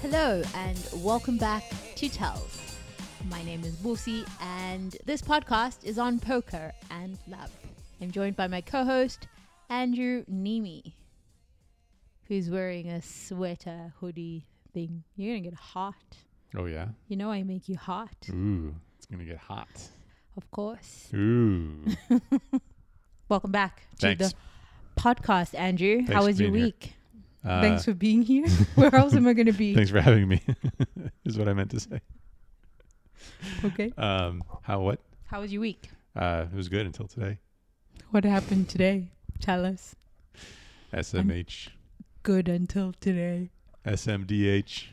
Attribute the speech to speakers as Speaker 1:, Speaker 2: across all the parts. Speaker 1: Hello and welcome back to Tells. My name is Bosi and this podcast is on poker and love. I'm joined by my co-host Andrew Nemi, who's wearing a sweater hoodie thing. You're gonna get hot.
Speaker 2: Oh yeah.
Speaker 1: You know I make you hot,
Speaker 2: Ooh, it's gonna get hot.
Speaker 1: of course.
Speaker 2: Ooh.
Speaker 1: Welcome back to
Speaker 2: Thanks.
Speaker 1: the podcast, Andrew.
Speaker 2: Thanks
Speaker 1: How
Speaker 2: for
Speaker 1: was your
Speaker 2: being here.
Speaker 1: week?
Speaker 2: Uh,
Speaker 1: Thanks for being here. Where else am I gonna be?
Speaker 2: Thanks for having me. is what I meant to say.
Speaker 1: Okay.
Speaker 2: Um, how what?
Speaker 1: How was your week?
Speaker 2: Uh, it was good until today.
Speaker 1: What happened today? Tell us.
Speaker 2: SMH,
Speaker 1: Good until today.
Speaker 2: SMDH.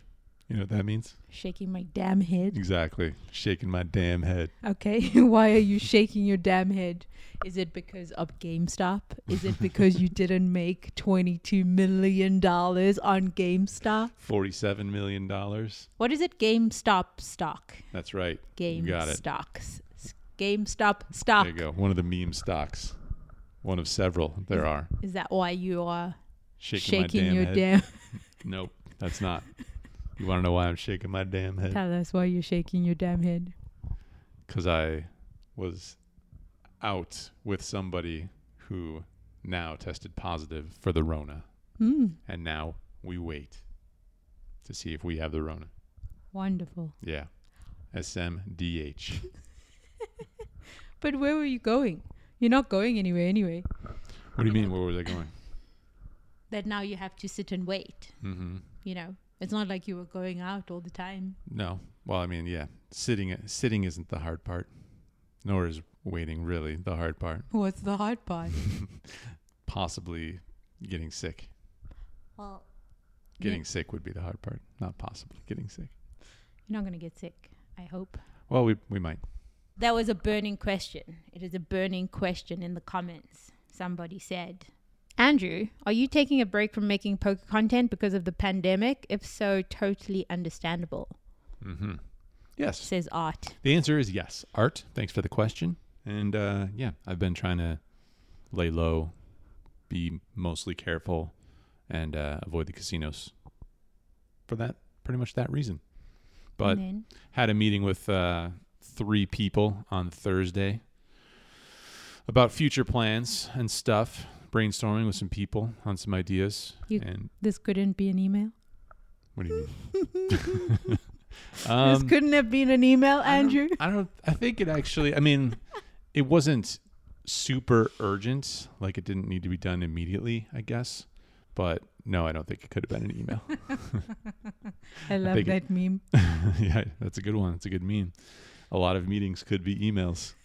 Speaker 2: You know what that means?
Speaker 1: Shaking my damn head.
Speaker 2: Exactly. Shaking my damn head.
Speaker 1: Okay. Why are you shaking your damn head? Is it because of GameStop? Is it because you didn't make $22 million on GameStop?
Speaker 2: Forty-seven million dollars.
Speaker 1: What is it? GameStop stock.
Speaker 2: That's right.
Speaker 1: Game
Speaker 2: got it.
Speaker 1: stocks. S- GameStop stock.
Speaker 2: There you go. One of the meme stocks. One of several there are.
Speaker 1: Is that why you are
Speaker 2: Shaking,
Speaker 1: shaking
Speaker 2: my damn
Speaker 1: your
Speaker 2: head.
Speaker 1: damn
Speaker 2: nope, that's not. You want to know why I'm shaking my damn head?
Speaker 1: Tell us why you're shaking your damn head.
Speaker 2: because I was out with somebody who now tested positive for the Rona,
Speaker 1: Hmm.
Speaker 2: and now we wait to see if we have the Rona.
Speaker 1: Wonderful.
Speaker 2: Yeah, SMDH.
Speaker 1: But where were you going? You're not going anywhere anyway.
Speaker 2: what do you mean? Where was I going?
Speaker 1: That now you have to sit and wait.
Speaker 2: hmm
Speaker 1: You know, it's not like you were going out all the time.
Speaker 2: No. Well, I mean, yeah, sitting sitting isn't the hard part, nor is waiting really the hard part.
Speaker 1: What's the hard part?
Speaker 2: Possibly getting sick.
Speaker 1: well,
Speaker 2: Getting
Speaker 1: Yeah.
Speaker 2: sick would be the hard part, not possibly getting sick.
Speaker 1: you're not going to get sick. I hope.
Speaker 2: Well, we we might.
Speaker 1: That was a burning question. It is a burning question in the comments. Somebody said, Andrew, are you taking a break from making poker content because of the pandemic? If so, totally understandable,
Speaker 2: Mm-hmm. Yes.
Speaker 1: says Art.
Speaker 2: The answer is yes. Art, thanks for the question. And uh, yeah, I've been trying to lay low, be mostly careful, and uh, avoid the casinos for that pretty much that reason. But
Speaker 1: and then,
Speaker 2: had a meeting with uh, three people on Thursday about future plans and stuff, brainstorming with some people on some ideas.
Speaker 1: You-
Speaker 2: and
Speaker 1: this couldn't be an email.
Speaker 2: what do you mean? um,
Speaker 1: this couldn't have been an email,
Speaker 2: I don't-
Speaker 1: Andrew.
Speaker 2: I don't. I think it actually. I mean, it wasn't super urgent. Like it didn't need to be done immediately. I guess. But no, I don't think it could have been an email.
Speaker 1: I love
Speaker 2: think
Speaker 1: that meme.
Speaker 2: yeah, that's a good one. That's a good meme. A lot of meetings could be emails,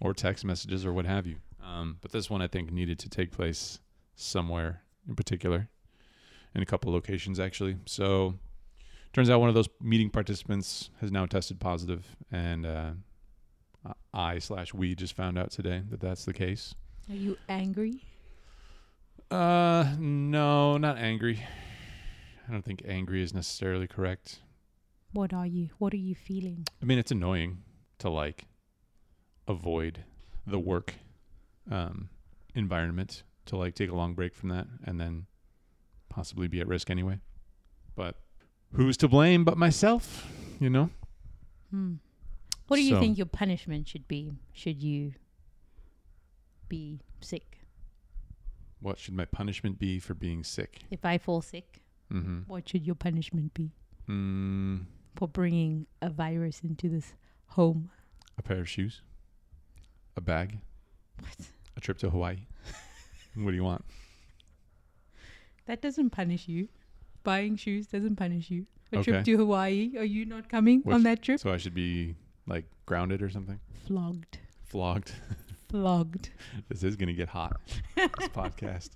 Speaker 2: or text messages, or what have you. Um, but this one, I think, needed to take place somewhere in particular, in a couple locations actually. So, turns out one of those meeting participants has now tested positive, and uh, I slash we just found out today that that's the case.
Speaker 1: Are you angry?
Speaker 2: Uh, no, not angry. I don't think angry is necessarily correct.
Speaker 1: What are you? What are you feeling?
Speaker 2: I mean, it's annoying to like avoid the work um, environment to like take a long break from that and then possibly be at risk anyway. But who's to blame but myself? You know,
Speaker 1: Hmm. What do you
Speaker 2: So-
Speaker 1: think your punishment should be? Should you be sick?
Speaker 2: what should my punishment be for being sick?
Speaker 1: If I fall sick,
Speaker 2: Mm-hmm.
Speaker 1: what should your punishment be
Speaker 2: Mm,
Speaker 1: for bringing a virus into this home?
Speaker 2: a pair of shoes, a bag,
Speaker 1: What?
Speaker 2: a trip to Hawaii. what do you want?
Speaker 1: That doesn't punish you. Buying shoes doesn't punish you. A
Speaker 2: Okay.
Speaker 1: trip to Hawaii, are you not coming
Speaker 2: Which-
Speaker 1: on that trip?
Speaker 2: So I should be like grounded or something,
Speaker 1: Flogged.
Speaker 2: flogged.
Speaker 1: Flogged.
Speaker 2: this is gonna get hot. This podcast.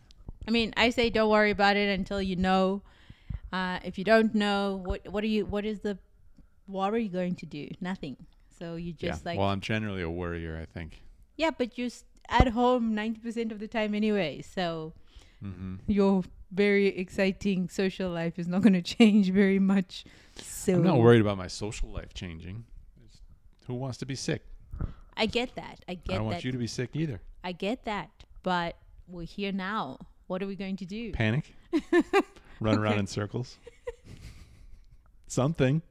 Speaker 1: I mean, I say don't worry about it until you know. Uh, if you don't know, what what are you? What is the? What are you going to do? Nothing. So you just
Speaker 2: yeah.
Speaker 1: like
Speaker 2: well, I'm generally a worrier. I think.
Speaker 1: yeah, but you're s- at home ninety percent of the time anyway. So
Speaker 2: Mm-hmm.
Speaker 1: your very exciting social life is not going to change very much. So
Speaker 2: I'm not worried about my social life changing. It's- Who wants to be sick?
Speaker 1: I get that. I
Speaker 2: I
Speaker 1: get
Speaker 2: don't want
Speaker 1: that.
Speaker 2: you to be sick either.
Speaker 1: I get that. But we're here now. What are we going to do?
Speaker 2: Panic. Run around
Speaker 1: Okay.
Speaker 2: in circles. Something.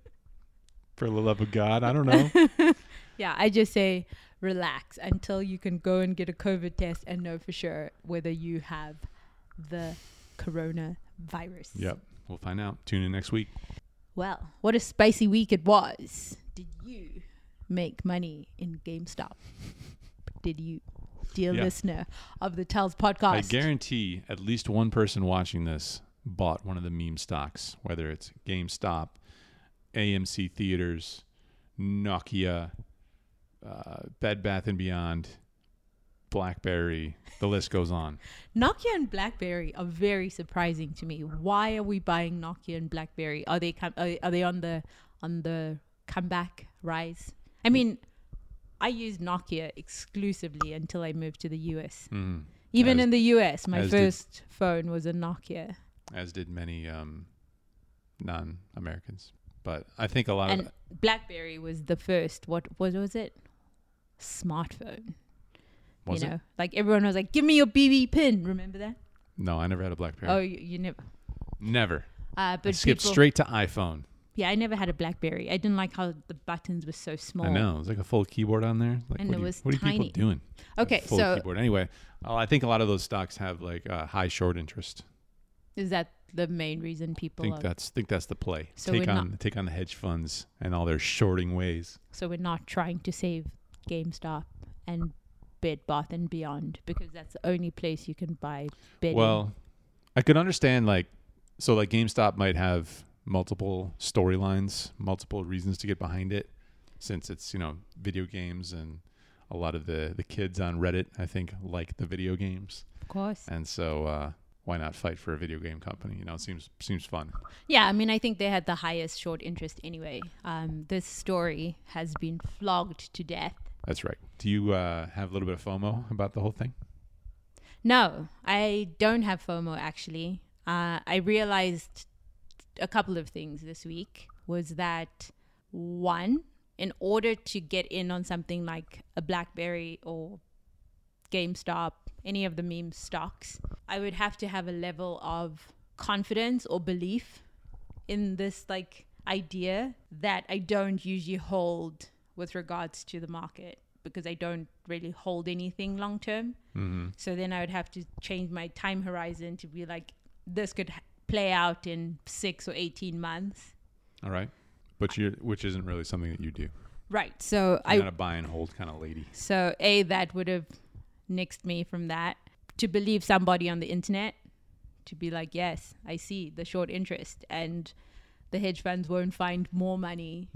Speaker 2: For the love of God, I don't know.
Speaker 1: yeah, I just say relax until you can go and get a COVID test and know for sure whether you have the coronavirus.
Speaker 2: yep. We'll find out. Tune in next week.
Speaker 1: Well, what a spicy week it was. Did you make money in GameStop? Did you, dear
Speaker 2: Yeah.
Speaker 1: listener of the Tells
Speaker 2: I
Speaker 1: podcast?
Speaker 2: guarantee at least one person watching this bought one of the meme stocks, whether it's GameStop, AMC Theaters, Nokia, uh, Bed Bath and Beyond, BlackBerry. The list goes on.
Speaker 1: Nokia and BlackBerry are very surprising to me. Why are we buying Nokia and BlackBerry? Are they com- are, are they on the on the comeback rise? I mean, I used Nokia exclusively until I moved to the US.
Speaker 2: Mm.
Speaker 1: Even
Speaker 2: As-
Speaker 1: in the US, my
Speaker 2: as did-
Speaker 1: first phone was a Nokia.
Speaker 2: As did many um, non-Americans, but I think a lot
Speaker 1: and
Speaker 2: of
Speaker 1: BlackBerry was the first what what was it? Smartphone.
Speaker 2: was
Speaker 1: you
Speaker 2: it?
Speaker 1: know, like everyone was like, "Give me your BB pin." Remember that?
Speaker 2: No, I never had a BlackBerry.
Speaker 1: Oh, you, you never.
Speaker 2: never.
Speaker 1: Uh, but
Speaker 2: I skipped
Speaker 1: people-
Speaker 2: straight to iPhone.
Speaker 1: Yeah, I never had a BlackBerry. I didn't like how the buttons were so small.
Speaker 2: I know. It was like a full keyboard on there. Like,
Speaker 1: And
Speaker 2: what
Speaker 1: it
Speaker 2: are you-
Speaker 1: was
Speaker 2: what are
Speaker 1: tiny.
Speaker 2: people doing?
Speaker 1: Okay,
Speaker 2: full
Speaker 1: so
Speaker 2: keyboard. Anyway, uh, I think a lot of those stocks have like uh, high short interest.
Speaker 1: is that the main reason
Speaker 2: I
Speaker 1: people
Speaker 2: think
Speaker 1: are?
Speaker 2: that's think that's the play.
Speaker 1: So
Speaker 2: take
Speaker 1: we're
Speaker 2: on take on the hedge funds and all their shorting ways.
Speaker 1: So we're not trying to save GameStop and Bed Bath and Beyond because that's the only place you can buy bedding.
Speaker 2: Well, I could understand like so like GameStop might have multiple storylines, multiple reasons to get behind it, since it's you know video games and a lot of the the kids on Reddit I think like the video games,
Speaker 1: of course.
Speaker 2: and so uh, why not fight for a video game company? You know, it seems seems fun.
Speaker 1: Yeah, I mean, I think they had the highest short interest anyway. Um, this story has been flogged to death.
Speaker 2: That's right. Do you uh, have a little bit of FOMO about the whole thing?
Speaker 1: No, I don't have FOMO actually. Uh, I realized a couple of things this week was that one, in order to get in on something like a Blackberry or GameStop, any of the meme stocks, I would have to have a level of confidence or belief in this like idea that I don't usually hold with regards to the market because I don't really hold anything long term. So then I would have to change my time horizon to be like, this could h- play out in six or 18 months.
Speaker 2: All right. But you which isn't really something that you do. You're
Speaker 1: Right. So
Speaker 2: I,
Speaker 1: I,
Speaker 2: not a buy and hold kind of lady.
Speaker 1: so A, that would have nixed me from that. To believe somebody on the internet, to be like, yes, I see the short interest and the hedge funds won't find more money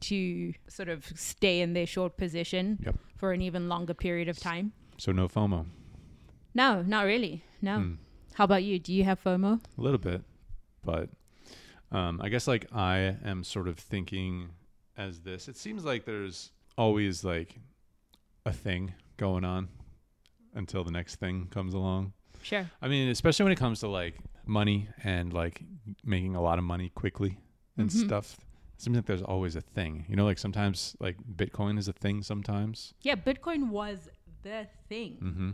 Speaker 1: to sort of stay in their short position
Speaker 2: Yep.
Speaker 1: for an even longer period of time.
Speaker 2: So no FOMO.
Speaker 1: No, not really. No. How about you? Do you have FOMO?
Speaker 2: Hmm. A little bit. But um, I guess like I am sort of thinking as this. It seems like there's always like a thing going on until the next thing comes along.
Speaker 1: Sure.
Speaker 2: I mean, especially when it comes to like money and like making a lot of money quickly and stuff. It seems like there's always a thing. You know, like sometimes like Bitcoin is a thing sometimes.
Speaker 1: Yeah, Bitcoin was the thing.
Speaker 2: Mm-hmm.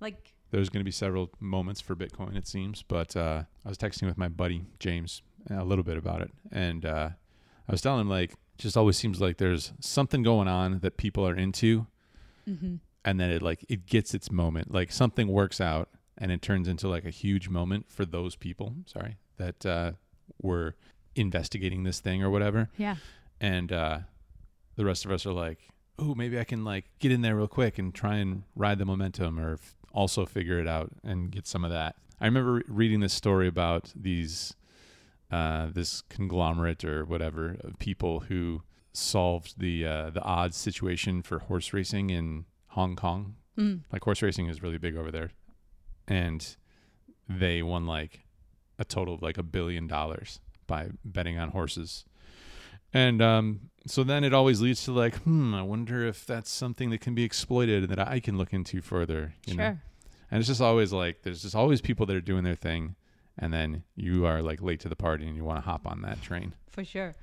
Speaker 1: Like,
Speaker 2: There's going to be several moments for Bitcoin, it seems. But uh, I was texting with my buddy James a little bit about it, and uh, I was telling him like, just always seems like there's something going on that people are into, and then it like it gets its moment. Like something works out, and it turns into like a huge moment for those people. Sorry, that uh, were investigating this thing or whatever
Speaker 1: yeah.
Speaker 2: and uh, the rest of us are like, "Oh, maybe I can like get in there real quick and try and ride the momentum, or f- also figure it out and get some of that." I remember re- reading this story about these, uh, this conglomerate or whatever of people who solved the uh, the odds situation for horse racing in Hong Kong.
Speaker 1: Mm.
Speaker 2: Like horse racing is really big over there, and they won like a total of like a billion dollars by betting on horses. And um, so then it always leads to like, hmm, I wonder if that's something that can be exploited that I can look into further. You know?
Speaker 1: Sure.
Speaker 2: And it's just always like, there's just always people that are doing their thing. And then you are like late to the party and you want to hop on that train.
Speaker 1: For sure.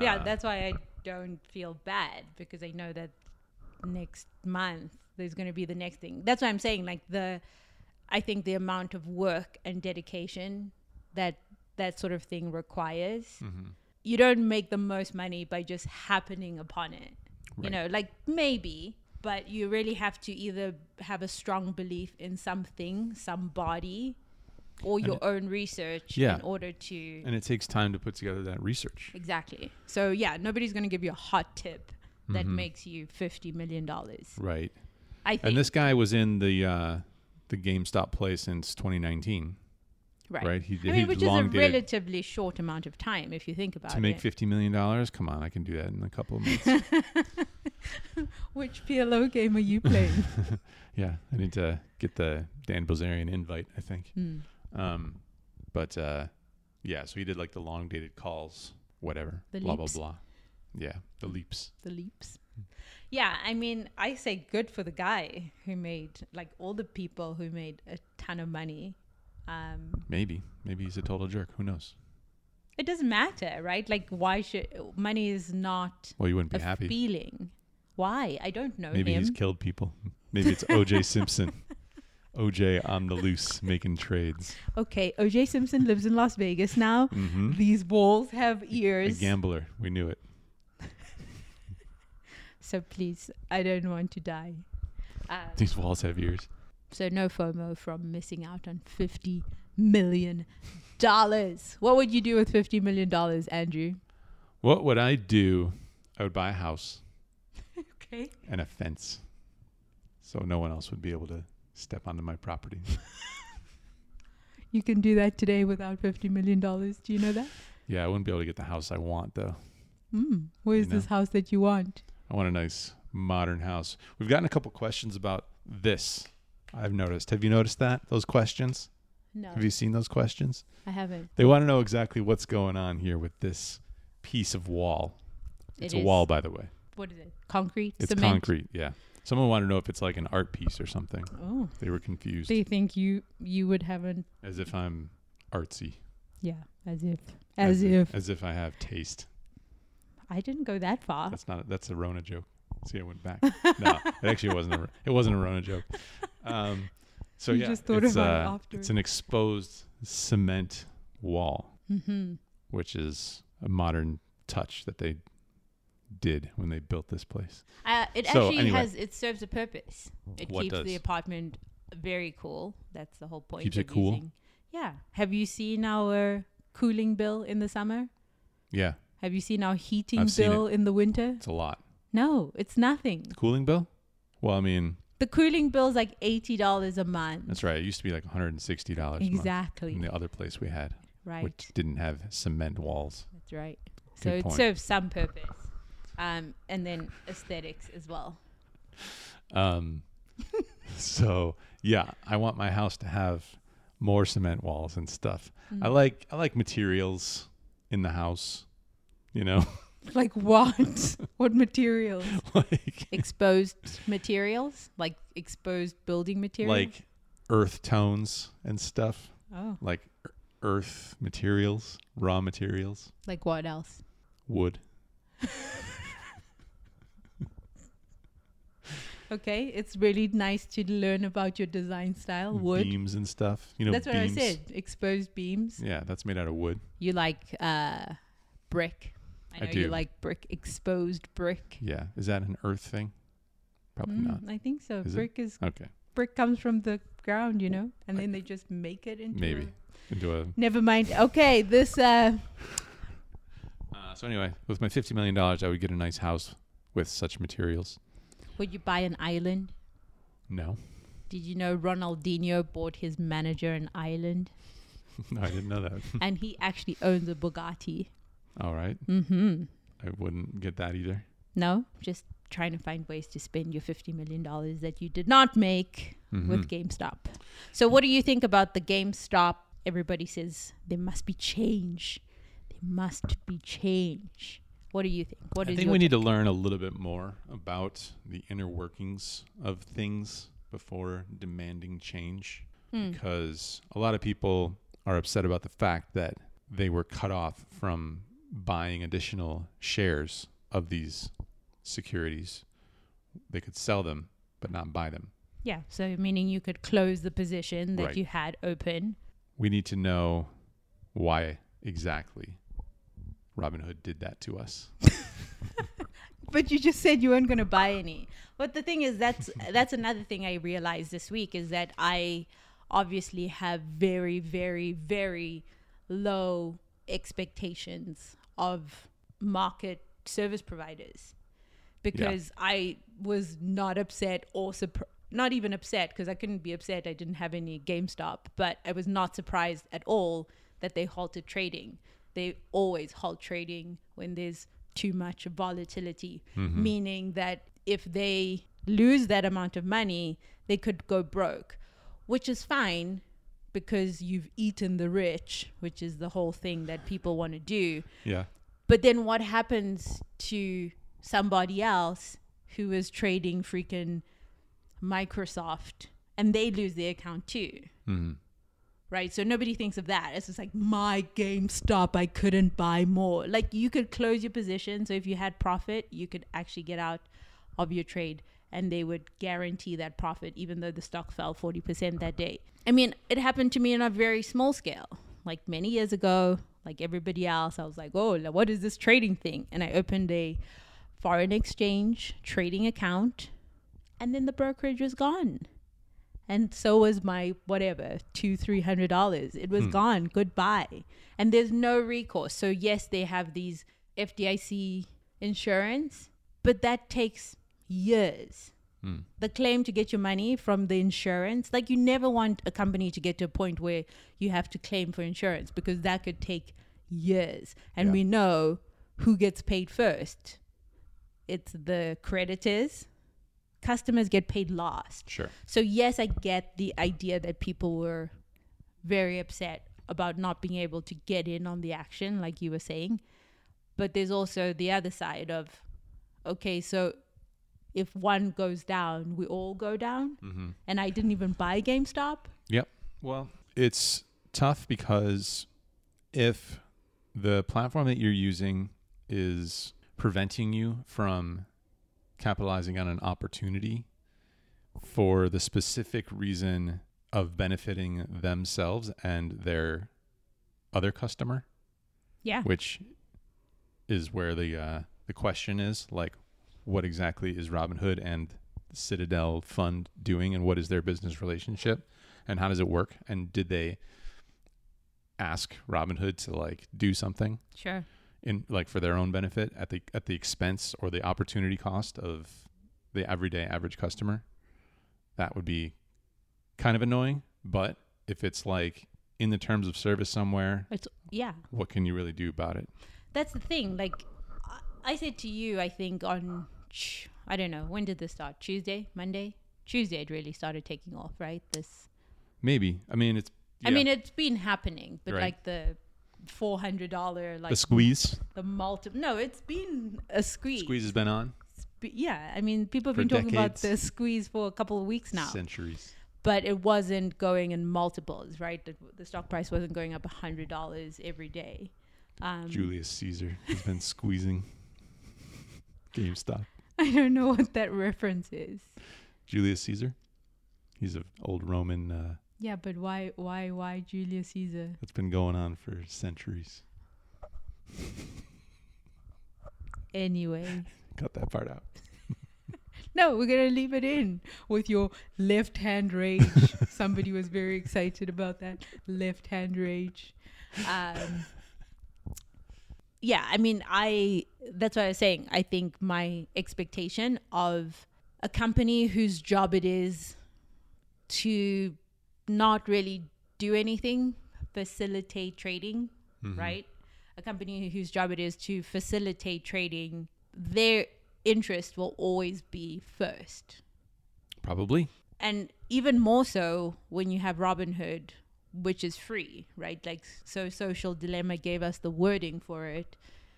Speaker 1: Yeah,
Speaker 2: Uh,
Speaker 1: that's why I don't feel bad because I know that next month there's going to be the next thing. That's why I'm saying like the I think the amount of work and dedication that that sort of thing requires,
Speaker 2: Mm-hmm.
Speaker 1: you don't make the most money by just happening upon it. You
Speaker 2: Right.
Speaker 1: know, like maybe, but you really have to either have a strong belief in something, somebody, or your own research
Speaker 2: Yeah.
Speaker 1: in order to
Speaker 2: And it takes time to put together that research.
Speaker 1: Exactly. So yeah, nobody's going to give you a hot tip that makes you fifty million dollars.
Speaker 2: Right.
Speaker 1: I think.
Speaker 2: Mm-hmm. And this guy was in the uh, the GameStop play since 2019
Speaker 1: right.
Speaker 2: right, he-
Speaker 1: I
Speaker 2: he
Speaker 1: mean, which is a
Speaker 2: long did it.
Speaker 1: relatively short amount of time if you think about
Speaker 2: to make
Speaker 1: it.
Speaker 2: 50 million dollars. Come on, I can do that in a couple of months.
Speaker 1: which PLO game are you playing?
Speaker 2: yeah, I need to get the Dan Bilzerian invite. I think.
Speaker 1: Hmm.
Speaker 2: Um, but uh, yeah, so he did like the long dated calls, whatever.
Speaker 1: The
Speaker 2: blah
Speaker 1: leaps.
Speaker 2: blah blah. Yeah, the leaps.
Speaker 1: the leaps. Yeah, I mean, I say good for the guy who made like all the people who made a ton of money. Um,
Speaker 2: Maybe, maybe he's a total jerk. Who knows?
Speaker 1: it doesn't matter, right? Like, why should money is not
Speaker 2: Well, you wouldn't be
Speaker 1: a
Speaker 2: happy.
Speaker 1: feeling? Why? I don't know
Speaker 2: Maybe
Speaker 1: him.
Speaker 2: he's killed people. Maybe it's O.J. Simpson. O.J. on the loose making trades.
Speaker 1: Okay, OJ Simpson lives in Las Vegas now.
Speaker 2: hmm
Speaker 1: These walls have
Speaker 2: A
Speaker 1: ears.
Speaker 2: gambler. We knew it.
Speaker 1: So please, I don't want to die. Uh,
Speaker 2: These walls have ears.
Speaker 1: so no FOMO from missing out on fifty million dollars. What would you do with fifty million dollars, Andrew?
Speaker 2: What would I do? I would buy a house
Speaker 1: Okay.
Speaker 2: and a fence, so no one else would be able to step onto my property.
Speaker 1: You can do that today without fifty million dollars. Do you know that?
Speaker 2: yeah, I wouldn't be able to get the house I want though.
Speaker 1: Mm, where's
Speaker 2: You know.
Speaker 1: this house that you want?
Speaker 2: I want a nice modern house. We've gotten a couple questions about this. I've noticed. Have you noticed that? Those questions?
Speaker 1: No,
Speaker 2: Have you seen those questions?
Speaker 1: I haven't.
Speaker 2: They want to know exactly what's going on here with this piece of wall.
Speaker 1: It
Speaker 2: It's a
Speaker 1: is-
Speaker 2: wall, by the way.
Speaker 1: What is it? Concrete.
Speaker 2: It's
Speaker 1: cement?
Speaker 2: concrete, yeah. Someone wanted to know if it's like an art piece or something.
Speaker 1: Oh,
Speaker 2: They were confused.
Speaker 1: they think you you would have an
Speaker 2: as if I'm artsy.
Speaker 1: yeah, as if as, if.
Speaker 2: As if I have taste.
Speaker 1: I didn't go that far.
Speaker 2: That's not that's a Rona joke. See, I went back. no, it actually wasn't a it wasn't a Rona joke. Um, so
Speaker 1: You
Speaker 2: yeah,
Speaker 1: just thought
Speaker 2: it's,
Speaker 1: about it
Speaker 2: uh,
Speaker 1: after.
Speaker 2: it's an exposed cement wall,
Speaker 1: Mm-hmm.
Speaker 2: which is a modern touch that they did when they built this place.
Speaker 1: Uh, it
Speaker 2: So,
Speaker 1: actually
Speaker 2: anyway.
Speaker 1: has. It serves a purpose. It
Speaker 2: What
Speaker 1: keeps the
Speaker 2: does?
Speaker 1: apartment very cool. That's the whole point.
Speaker 2: Keeps
Speaker 1: of
Speaker 2: it cool?
Speaker 1: Using. Yeah. Have you seen our cooling bill in the summer?
Speaker 2: Yeah,
Speaker 1: Have you seen our heating
Speaker 2: I've seen
Speaker 1: bill in the winter?
Speaker 2: it's a lot.
Speaker 1: No, it's nothing.
Speaker 2: The cooling bill? Well, I mean,
Speaker 1: The cooling bill is like eighty dollars a month.
Speaker 2: that's right. It used to be like $160 a month
Speaker 1: exactly
Speaker 2: in the other place we had,
Speaker 1: right.
Speaker 2: which didn't have cement walls.
Speaker 1: That's right. So
Speaker 2: Good
Speaker 1: it
Speaker 2: point.
Speaker 1: serves some purpose, um, and then aesthetics as well.
Speaker 2: Um, so yeah, I want my house to have more cement walls and stuff. I
Speaker 1: Mm.
Speaker 2: like I like materials in the house. You know,
Speaker 1: Like what? what materials?
Speaker 2: like
Speaker 1: exposed materials, like exposed building materials.
Speaker 2: like earth tones and stuff,
Speaker 1: oh,
Speaker 2: like ear- earth materials, raw materials,
Speaker 1: like what else?
Speaker 2: wood.
Speaker 1: Okay, it's really nice to learn about your design style. Oh, Wood.
Speaker 2: beams and stuff. You know,
Speaker 1: That's what
Speaker 2: beams.
Speaker 1: I said. Exposed beams.
Speaker 2: Yeah, that's made out of wood.
Speaker 1: You like uh, brick. I
Speaker 2: I
Speaker 1: know you
Speaker 2: do.
Speaker 1: like brick. Exposed brick.
Speaker 2: Yeah, is that an earth thing? Probably
Speaker 1: Mm,
Speaker 2: not.
Speaker 1: I think so.
Speaker 2: Is it?
Speaker 1: brick is
Speaker 2: Okay,
Speaker 1: brick comes from the ground, you know, and
Speaker 2: I-
Speaker 1: then they just make it into.
Speaker 2: maybe
Speaker 1: a-
Speaker 2: into a
Speaker 1: Never mind. Okay, this. Uh,
Speaker 2: Uh, so anyway, with my fifty million dollars, I would get a nice house with such materials.
Speaker 1: would you buy an island?
Speaker 2: No,
Speaker 1: Did you know Ronaldinho bought his manager an island?
Speaker 2: no, I didn't know that.
Speaker 1: and he actually owns a Bugatti.
Speaker 2: All right,
Speaker 1: Mm-hmm.
Speaker 2: I wouldn't get that either.
Speaker 1: No, just trying to find ways to spend your fifty million dollars that you did not make
Speaker 2: Mm-hmm.
Speaker 1: with GameStop. So, what do you think about the GameStop? Everybody says there must be change. There must be change. What do you think? What
Speaker 2: I
Speaker 1: is
Speaker 2: think
Speaker 1: your
Speaker 2: we need to learn a little bit more about the inner workings of things before demanding change,
Speaker 1: Hmm.
Speaker 2: because a lot of people are upset about the fact that they were cut off from buying additional shares of these securities. They could sell them, but not buy them.
Speaker 1: Yeah. So meaning you could close the position that
Speaker 2: Right.
Speaker 1: you had open.
Speaker 2: We need to know why exactly Robin Hood did that to us.
Speaker 1: But you just said you weren't going to buy any. But the thing is, that's that's another thing I realized this week is that I obviously have very, very, very low expectations of market service providers because I was not upset or surprised. Not even upset because I couldn't be upset. I didn't have any GameStop, but I was not surprised at all that they halted trading. They always halt trading when there's too much volatility, meaning that if they lose that amount of money, they could go broke, which is fine because you've eaten the rich, which is the whole thing that people want to do.
Speaker 2: Yeah.
Speaker 1: But then what happens to somebody else who is trading freaking Microsoft and they lose their account too? Right? So nobody thinks of that. It's just like, my GameStop, I couldn't buy more. Like you could close your position. So if you had profit, you could actually get out of your trade and they would guarantee that profit, even though the stock fell 40% that day. I mean, it happened to me on a very small scale. Like many years ago, like everybody else, I was like, oh, like, what is this trading thing? And I opened a foreign exchange trading account, and then the brokerage was gone. And so was my whatever, two, three hundred dollars. It was gone. Goodbye. And there's no recourse. So, yes, they have these FDIC insurance, but that takes years the claim to get your money from the insurance. Like you never want a company to get to a point where you have to claim for insurance because that could take years. And
Speaker 2: Yeah.
Speaker 1: we know who gets paid first. It's the creditors. Customers get paid last.
Speaker 2: Sure.
Speaker 1: So yes, I get the idea that people were very upset about not being able to get in on the action, like you were saying. But there's also the other side of, okay, so if one goes down, we all go down. And I didn't even buy GameStop.
Speaker 2: Yep. Well, it's tough because if the platform that you're using is preventing you from capitalizing on an opportunity for the specific reason of benefiting themselves and their other customer,
Speaker 1: Yeah.
Speaker 2: which is where the uh, the question is like what exactly is Robinhood and Citadel Fund doing and what is their business relationship and how does it work and did they ask Robinhood to like do something
Speaker 1: Sure.
Speaker 2: in like for their own benefit at the at the expense or the opportunity cost of the everyday average customer that would be kind of annoying but if it's like in the terms of service somewhere
Speaker 1: It's yeah.
Speaker 2: what can you really do about it
Speaker 1: That's the thing. Like I- I said to you, I think on Ch- I don't know when did this start? Tuesday, Monday, Tuesday. It really started taking off, right? This
Speaker 2: Maybe. I mean, it's.
Speaker 1: I
Speaker 2: yeah.
Speaker 1: mean, it's been happening, but
Speaker 2: Right.
Speaker 1: like the four hundred dollar, like
Speaker 2: the
Speaker 1: the,
Speaker 2: squeeze.
Speaker 1: multiple. No, it's been a squeeze.
Speaker 2: Squeeze has been on
Speaker 1: But Yeah, I mean, people have
Speaker 2: For
Speaker 1: been talking about
Speaker 2: decades.
Speaker 1: the squeeze for a couple of weeks now,
Speaker 2: centuries.
Speaker 1: but it wasn't going in multiples, right? The, the stock price wasn't going up a hundred dollars every day. Um,
Speaker 2: Julius Caesar has been squeezing. GameStop.
Speaker 1: I don't know what that reference is.
Speaker 2: Julius Caesar. He's an old Roman uh,
Speaker 1: Yeah, but why, why, why Julius Caesar?
Speaker 2: that's been going on for centuries.
Speaker 1: Anyway.
Speaker 2: Cut that part out.
Speaker 1: No, we're gonna leave it in with your left hand rage. Somebody was very excited about that left hand rage. Um, yeah, I mean, I that's what I was saying. I think my expectation of a company whose job it is to not really do anything, facilitate trading, right? A company whose job it is to facilitate trading, their interest will always be first.
Speaker 2: Probably.
Speaker 1: And even more so when you have Robinhood, which is free, right? Like, so Social Dilemma gave us the wording for it,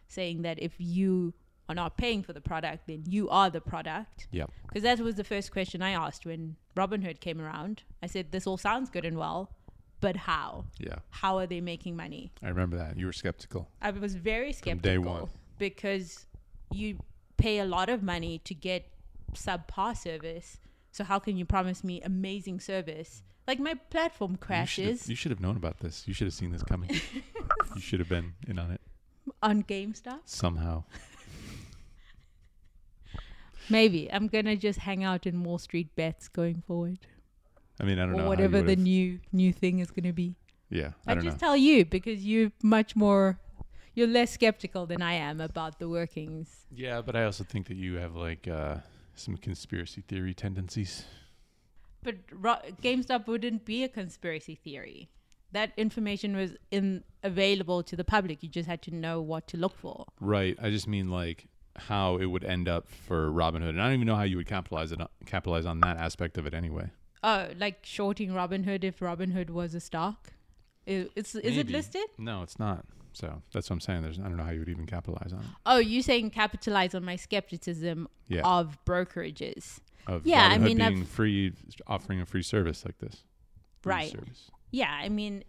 Speaker 1: saying that if you are not paying for the product, then you are the product.
Speaker 2: Yep.
Speaker 1: Because that was the first question I asked when Robinhood came around. I said, This all sounds good and well, but how?
Speaker 2: Yeah.
Speaker 1: How are they making money?
Speaker 2: I remember that. You were skeptical.
Speaker 1: I was very
Speaker 2: From
Speaker 1: skeptical
Speaker 2: day one.
Speaker 1: because you pay a lot of money to get subpar service. So how can you promise me amazing service? Like my platform
Speaker 2: You should, have,
Speaker 1: crashes
Speaker 2: you should have known about this. You should have seen this coming. you should have been in on it
Speaker 1: on GameStop.
Speaker 2: somehow.
Speaker 1: Maybe I'm gonna just hang out in Wall Street bets going forward,
Speaker 2: I mean, I don't know. how
Speaker 1: or
Speaker 2: you
Speaker 1: whatever the
Speaker 2: would've-
Speaker 1: new new thing is gonna be.
Speaker 2: yeah, I
Speaker 1: I,
Speaker 2: don't
Speaker 1: just
Speaker 2: know.
Speaker 1: tell you because you're much more, you're less skeptical than I am about the workings.
Speaker 2: yeah, but I also think that you have like uh, some conspiracy theory tendencies.
Speaker 1: But Ro- GameStop wouldn't be a conspiracy theory. That information was in available to the public. You just had to know what to look for.
Speaker 2: Right. I just mean like how it would end up for Robinhood, and I don't even know how you would capitalize it, capitalize on that aspect of it anyway.
Speaker 1: Oh, like shorting Robinhood if Robinhood was a stock. I- It's, is it
Speaker 2: Maybe.
Speaker 1: listed?
Speaker 2: No, it's not. So that's what I'm saying. There's I don't know how you would even capitalize on it.
Speaker 1: Oh, you saying capitalize on my skepticism
Speaker 2: Yeah.
Speaker 1: of brokerages.
Speaker 2: Of
Speaker 1: Yeah, I
Speaker 2: Robinhood
Speaker 1: mean, I've-
Speaker 2: being free, offering a free service like this. Free
Speaker 1: Right.
Speaker 2: service.
Speaker 1: Yeah, I mean,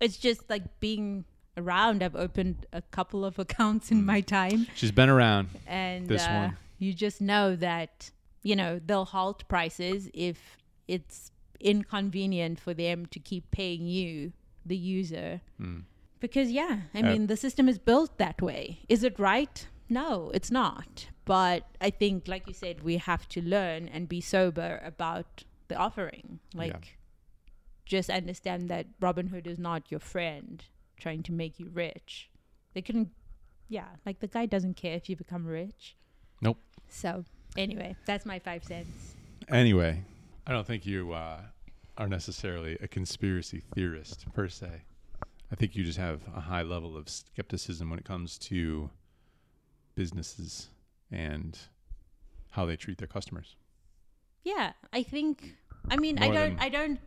Speaker 1: it's just like being around. I've opened a couple of accounts
Speaker 2: Hmm.
Speaker 1: in my time,
Speaker 2: She's been around.
Speaker 1: and
Speaker 2: This
Speaker 1: uh,
Speaker 2: one.
Speaker 1: you just know that you know they'll halt prices if it's inconvenient for them to keep paying you, the user. Because yeah, I
Speaker 2: Uh,
Speaker 1: mean, the system is built that way. Is it right? No, it's not. But I think, like you said, we have to learn and be sober about the offering. Like, just understand that Robin Hood is not your friend trying to make you rich. They couldn't, yeah, like the guy doesn't care if you become rich.
Speaker 2: Nope.
Speaker 1: So, anyway, that's my five cents.
Speaker 2: Anyway, I don't think you uh, are necessarily a conspiracy theorist per se. I think you just have a high level of skepticism when it comes to businesses and how they treat their customers.
Speaker 1: Yeah, I think, I mean, I
Speaker 2: More
Speaker 1: don't,
Speaker 2: than-
Speaker 1: I don't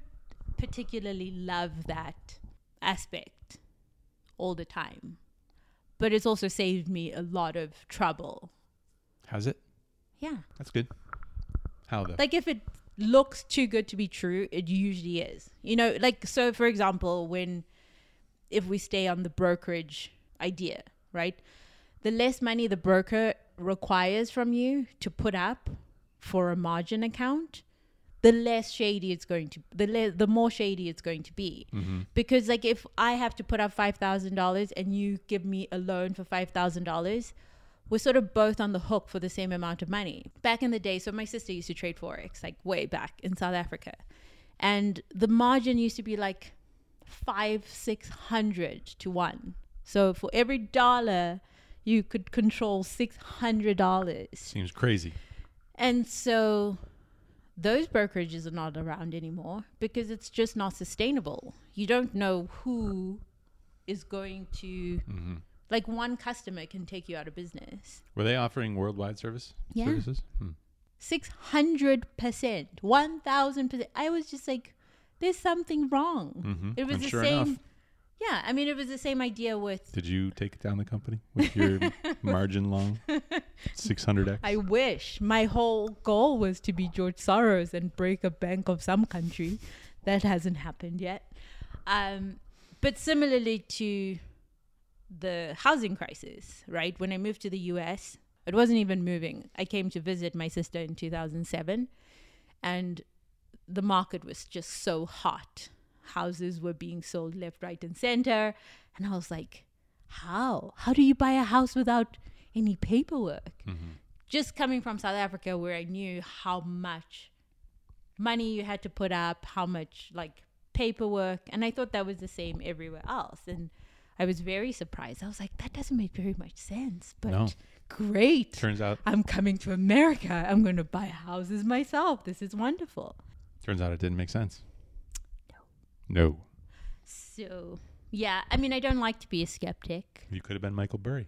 Speaker 1: particularly love that aspect all the time, but it's also saved me a lot of trouble.
Speaker 2: How's it?
Speaker 1: Yeah.
Speaker 2: That's good. How though?
Speaker 1: like if it looks too good to be true it usually is you know like so for example when if we stay on the brokerage idea right the less money the broker requires from you to put up for a margin account the less shady it's going to the le- the more shady it's going to be because like if i have to put up $5000 and you give me a loan for $5000 we're sort of both on the hook for the same amount of money. Back in the day, so my sister used to trade Forex, like way back in South Africa. And the margin used to be like five, six hundred to one. So for every dollar, you could control six hundred dollars.
Speaker 2: Seems crazy.
Speaker 1: And so those brokerages are not around anymore because it's just not sustainable. You don't know who is going to, like, one customer can take you out of business.
Speaker 2: Were they offering worldwide service
Speaker 1: Yeah.
Speaker 2: services? Hmm.
Speaker 1: six hundred percent, one thousand percent. I was just like, "There's something wrong."
Speaker 2: Mm.
Speaker 1: It was
Speaker 2: And
Speaker 1: the
Speaker 2: Mm-hmm. sure
Speaker 1: same.
Speaker 2: enough.
Speaker 1: Yeah, I mean, it was the same idea with.
Speaker 2: Did you take down the company with your margin long 600x?
Speaker 1: I wish my whole goal was to be George Soros and break a bank of some country. That hasn't happened yet. Um, but similarly to the housing crisis, right? When I moved to the US, it wasn't even moving. I came to visit my sister in 2007, and the market was just so hot. Houses were being sold left, right, and center. And I was like, how? How do you buy a house without any paperwork? Just coming from South Africa, where I knew how much money you had to put up, how much like paperwork. And I thought that was the same everywhere else. And I was very surprised. I was like, that doesn't make very much sense, but
Speaker 2: No.
Speaker 1: great.
Speaker 2: Turns out
Speaker 1: I'm coming to America. I'm going to buy houses myself. This is wonderful.
Speaker 2: turns out it didn't make sense. No.
Speaker 1: So, yeah, I mean, I don't like to be a skeptic.
Speaker 2: You could have been Michael Burry.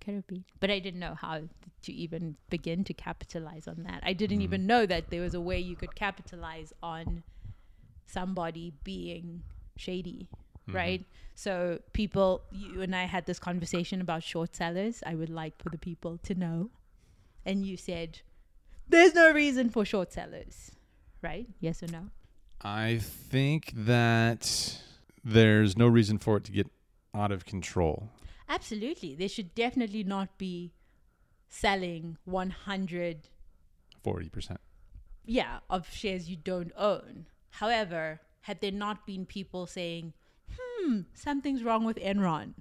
Speaker 1: Could have been. But I didn't know how to even begin to capitalize on that. I didn't even know that there was a way you could capitalize on somebody being shady, right? So, people, you and I had this conversation about short sellers. I would like for the people to know. And you said, there's no reason for short sellers, right? Yes or no?
Speaker 2: I think that there's no reason for it to get out of control.
Speaker 1: Absolutely. They should definitely not be selling 100
Speaker 2: 40%.
Speaker 1: yeah, of shares you don't own. However, had there not been people saying, hmm, something's wrong with Enron,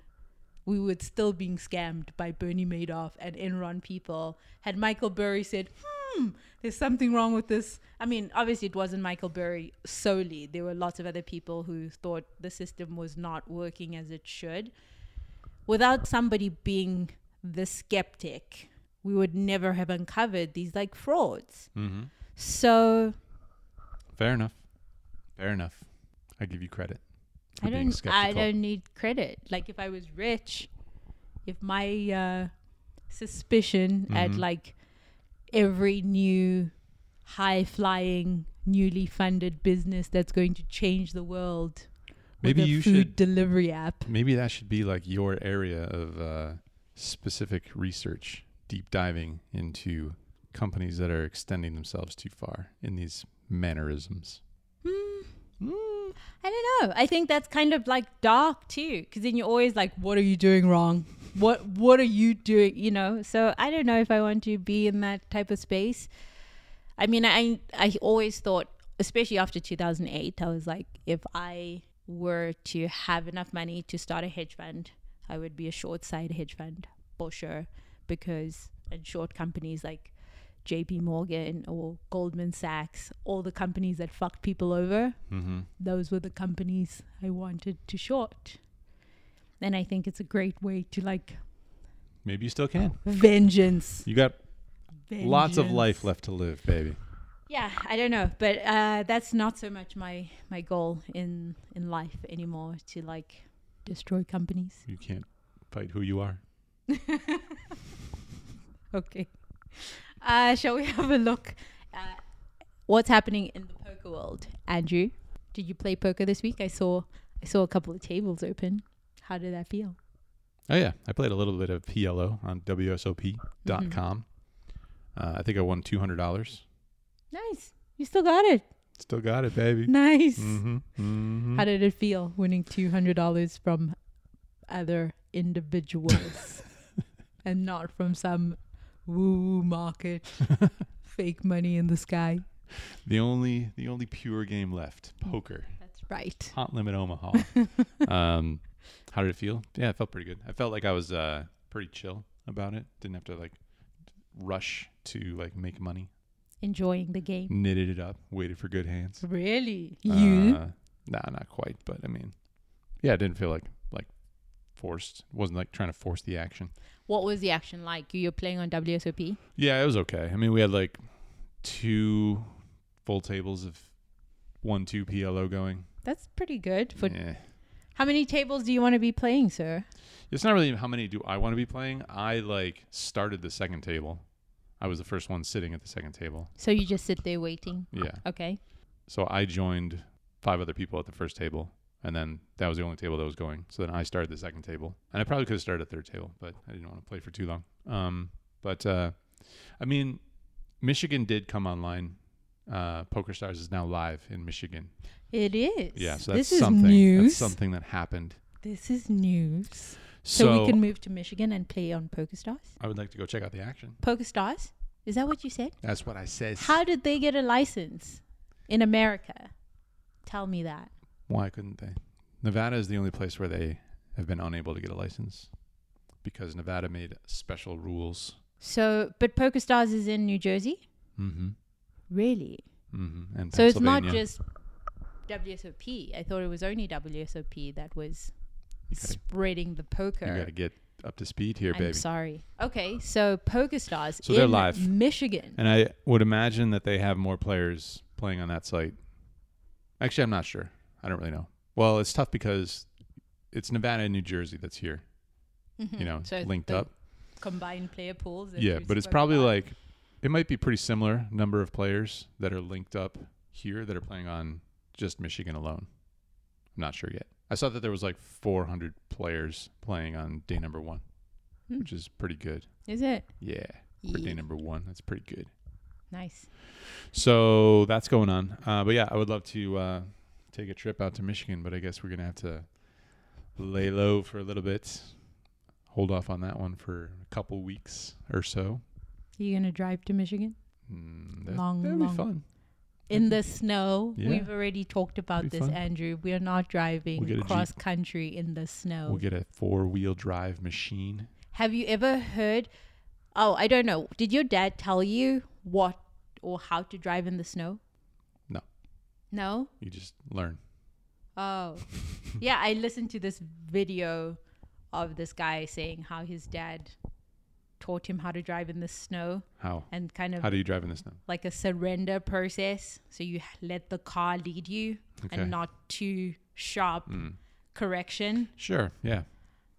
Speaker 1: we would still being scammed by Bernie Madoff and Enron people. Had Michael Burry said, hmm, there's something wrong with this. I mean, obviously it wasn't Michael Burry solely. There were lots of other people who thought the system was not working as it should. Without somebody being the skeptic, we would never have uncovered these like frauds.
Speaker 2: Mm-hmm.
Speaker 1: So
Speaker 2: Fair enough. Fair enough. I give you credit. For
Speaker 1: I
Speaker 2: being
Speaker 1: don't.
Speaker 2: skeptical.
Speaker 1: I don't need credit. Like if I was rich, if my uh, suspicion at
Speaker 2: Mhm.
Speaker 1: like every new high flying, newly funded business that's going to change the world. with
Speaker 2: Maybe
Speaker 1: a
Speaker 2: you
Speaker 1: food
Speaker 2: should-
Speaker 1: delivery app.
Speaker 2: Maybe that should be like your area of uh, specific research, deep diving into companies that are extending themselves too far in these mannerisms.
Speaker 1: I don't know. I think that's kind of like dark too, because then you're always like, "What are you doing wrong? What What are you doing?" You know. So I don't know if I want to be in that type of space. I mean, I I always thought, especially after 2008, I was like, if I were to have enough money to start a hedge fund, I would be a short side hedge fund for sure, because and short companies like J.P. Morgan or Goldman Sachs, all the companies that fucked people over
Speaker 2: Mm-hmm.
Speaker 1: those were the companies I wanted to short. And I think it's a great way to like
Speaker 2: Maybe you still can.
Speaker 1: vengeance.
Speaker 2: You got lots of
Speaker 1: vengeance.
Speaker 2: life left to live, baby.
Speaker 1: Yeah, I don't know, but uh, that's not so much my my goal in in life anymore to like destroy companies.
Speaker 2: You can't fight who you are.
Speaker 1: Okay. Uh, shall we have a look at what's happening in the poker world? Andrew, did you play poker this week? I saw I saw a couple of tables open. How did that feel?
Speaker 2: Oh yeah, I played a little bit of PLO on WSOP.com. com. Uh, I think I won two hundred dollars.
Speaker 1: Nice. You still got it.
Speaker 2: Still got it, baby.
Speaker 1: Nice.
Speaker 2: Mm-hmm. Mm-hmm.
Speaker 1: How did it feel winning two hundred dollars from other individuals and not from some woo woo market fake money in the sky?
Speaker 2: the only the only pure game left, poker.
Speaker 1: That's right.
Speaker 2: Hot Limit Omaha. um, how did it feel? Yeah, it felt pretty good. I felt like I was uh, pretty chill about it. Didn't have to like rush to like make money.
Speaker 1: Enjoying the game.
Speaker 2: Knitted it up. Waited for good hands.
Speaker 1: Really? You?
Speaker 2: Uh, nah, not quite. But I mean, yeah, it didn't feel like like forced. wasn't like trying to force the action.
Speaker 1: What was the action like? You were playing on WSOP?
Speaker 2: Yeah, it was okay. I mean, we had like two full tables of one two PLO going.
Speaker 1: That's pretty good. For
Speaker 2: Yeah.
Speaker 1: how many tables do you want to be playing, sir?
Speaker 2: It's not really how many do I want to be playing. I like started the second table. I was the first one sitting at the second table.
Speaker 1: So you just sit there waiting.
Speaker 2: Yeah.
Speaker 1: Okay.
Speaker 2: So I joined five other people at the first table, and then that was the only table that was going. So then I started the second table, and I probably could have started a third table, but I didn't want to play for too long. Um, but uh, I mean, Michigan did come online. Uh, Poker Stars is now live in Michigan.
Speaker 1: It is.
Speaker 2: Yeah, so that's
Speaker 1: this is
Speaker 2: something. That's
Speaker 1: news.
Speaker 2: something that happened.
Speaker 1: This is news.
Speaker 2: So,
Speaker 1: So, we can move to Michigan and play on PokerStars.
Speaker 2: I would like to go check out the action.
Speaker 1: PokerStars? Is that what you said?
Speaker 2: That's what I said.
Speaker 1: How did they get a license in America? Tell me that.
Speaker 2: Why couldn't they? Nevada is the only place where they have been unable to get a license because Nevada made special rules.
Speaker 1: So, but PokerStars is in New Jersey?
Speaker 2: Mm-hmm.
Speaker 1: Really?
Speaker 2: Mm-hmm. And
Speaker 1: So it's not
Speaker 2: Pennsylvania.
Speaker 1: just WSOP. I thought it was only WSOP that was
Speaker 2: You gotta-
Speaker 1: spreading the poker.
Speaker 2: You got to get up to speed here,
Speaker 1: I'm
Speaker 2: baby.
Speaker 1: sorry. Okay, so PokerStars
Speaker 2: So
Speaker 1: in
Speaker 2: they're live.
Speaker 1: Michigan.
Speaker 2: And I would imagine that they have more players playing on that site. Actually, I'm not sure. I don't really know. Well, it's tough because it's Nevada and New Jersey that's here, you know,
Speaker 1: Mm-hmm. So
Speaker 2: linked
Speaker 1: the
Speaker 2: up.
Speaker 1: Combined player pools. that
Speaker 2: Yeah,
Speaker 1: you
Speaker 2: but it's
Speaker 1: spoke
Speaker 2: probably
Speaker 1: about.
Speaker 2: like it might be pretty similar number of players that are linked up here that are playing on just Michigan alone. I'm not sure yet. I saw that there was like 400 players playing on day number one,
Speaker 1: Hmm.
Speaker 2: which is pretty good.
Speaker 1: Is it?
Speaker 2: Yeah, for
Speaker 1: Yeah.
Speaker 2: day number one, that's pretty good.
Speaker 1: Nice.
Speaker 2: So that's going on. Uh, but yeah, I would love to uh, take a trip out to Michigan, but I guess we're gonna have to lay low for a little bit. Hold off on that one for a couple weeks or so.
Speaker 1: Are you going to drive to Michigan?
Speaker 2: Mm, that,
Speaker 1: Long,
Speaker 2: that'd
Speaker 1: long-
Speaker 2: be fun.
Speaker 1: in the snow.
Speaker 2: Yeah.
Speaker 1: We've already talked about
Speaker 2: Be
Speaker 1: this,
Speaker 2: fun.
Speaker 1: Andrew. We are not driving
Speaker 2: We'll get a Jeep.
Speaker 1: cross country in the snow.
Speaker 2: We'll get a four wheel drive machine.
Speaker 1: Have you ever heard? Oh, I don't know. Did your dad tell you what or how to drive in the snow?
Speaker 2: No.
Speaker 1: No?
Speaker 2: You just learn.
Speaker 1: Oh. yeah, I listened to this video of this guy saying how his dad taught him how to drive in the snow
Speaker 2: How?
Speaker 1: and kind of
Speaker 2: How do you drive in the snow?
Speaker 1: like a surrender process. So you let the car lead you
Speaker 2: Okay. Mm.
Speaker 1: and not too sharp correction.
Speaker 2: Sure. Yeah.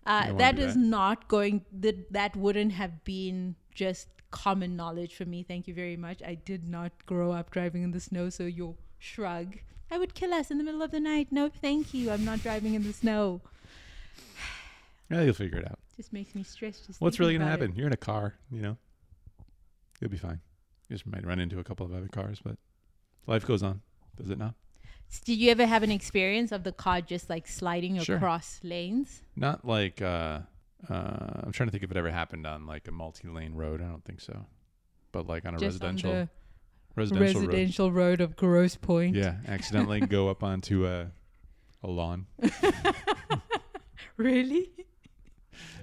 Speaker 1: Uh,
Speaker 2: wanna
Speaker 1: that
Speaker 2: do
Speaker 1: is
Speaker 2: that.
Speaker 1: not going. That that wouldn't have been just common knowledge for me. Thank you very much. I did not grow up driving in the snow, so your shrug. I would kill us in the middle of the night. No, thank you. I'm not driving in the snow.
Speaker 2: Yeah, you'll figure it out.
Speaker 1: Just makes me stressed. Just
Speaker 2: What's
Speaker 1: thinking
Speaker 2: really going to
Speaker 1: about it.
Speaker 2: happen? You're in a car, you know? You'll be fine. You just might run into a couple of other cars, but life goes on, does it not?
Speaker 1: S- Did you ever have an experience of the car just like sliding
Speaker 2: Sure.
Speaker 1: across lanes?
Speaker 2: Not like, uh, uh, I'm trying to think if it ever happened on like a multi lane road. I don't think so. But like on a
Speaker 1: just
Speaker 2: residential,
Speaker 1: on the
Speaker 2: residential, road.
Speaker 1: residential road. of Gross Point.
Speaker 2: Yeah, accidentally go up onto a, a lawn.
Speaker 1: Really?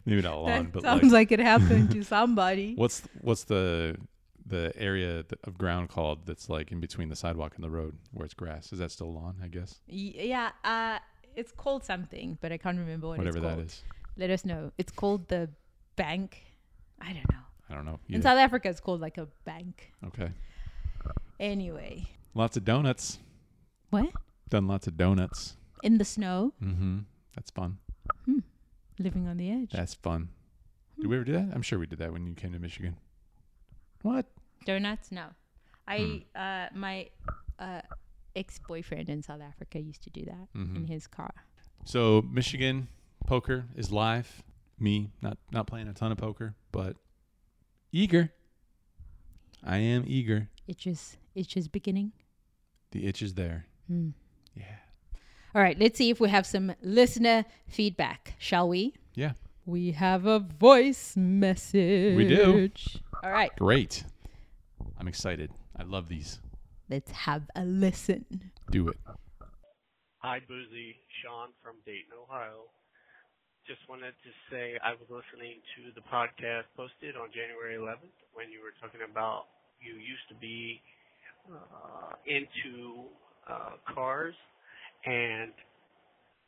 Speaker 2: Maybe not a lawn,
Speaker 1: that
Speaker 2: but
Speaker 1: sounds like,
Speaker 2: like,
Speaker 1: it happened to somebody.
Speaker 2: what's what's the the area th- of ground called that's like in between the sidewalk and the road where it's grass? Is that still lawn? I guess
Speaker 1: Y- Yeah, uh, it's called something, but I can't remember what
Speaker 2: whatever
Speaker 1: it's called.
Speaker 2: that is.
Speaker 1: Let us know. It's called the bank. I don't know.
Speaker 2: I don't know.
Speaker 1: In
Speaker 2: either.
Speaker 1: South Africa, it's called like a bank.
Speaker 2: Okay.
Speaker 1: Anyway,
Speaker 2: Lots of donuts.
Speaker 1: what?
Speaker 2: Done lots of donuts.
Speaker 1: In the snow,
Speaker 2: Mm-hmm. That's fun.
Speaker 1: living on the edge.
Speaker 2: That's fun. Did we ever do that? I'm sure we did that when you came to Michigan. What?
Speaker 1: Donuts? No. I,
Speaker 2: Hmm.
Speaker 1: uh, my uh, ex boyfriend in South Africa used to do that
Speaker 2: Mm-hmm. Hmm.
Speaker 1: in his car.
Speaker 2: So Michigan poker is live. Me not not playing a ton of poker, but eager. I am eager.
Speaker 1: It's just, it's just beginning.
Speaker 2: The itch is there.
Speaker 1: Mm.
Speaker 2: Yeah.
Speaker 1: All right, let's see if we have some listener feedback, shall we?
Speaker 2: Yeah.
Speaker 1: We have a voice message. All right,
Speaker 2: Great. I'm excited. I love these.
Speaker 1: let's have a listen.
Speaker 2: Do it.
Speaker 3: Hi, Boozy. Sean from Dayton, Ohio. Just wanted to say I was listening to the podcast posted on January 11th when you were talking about you used to be uh, into uh, cars, and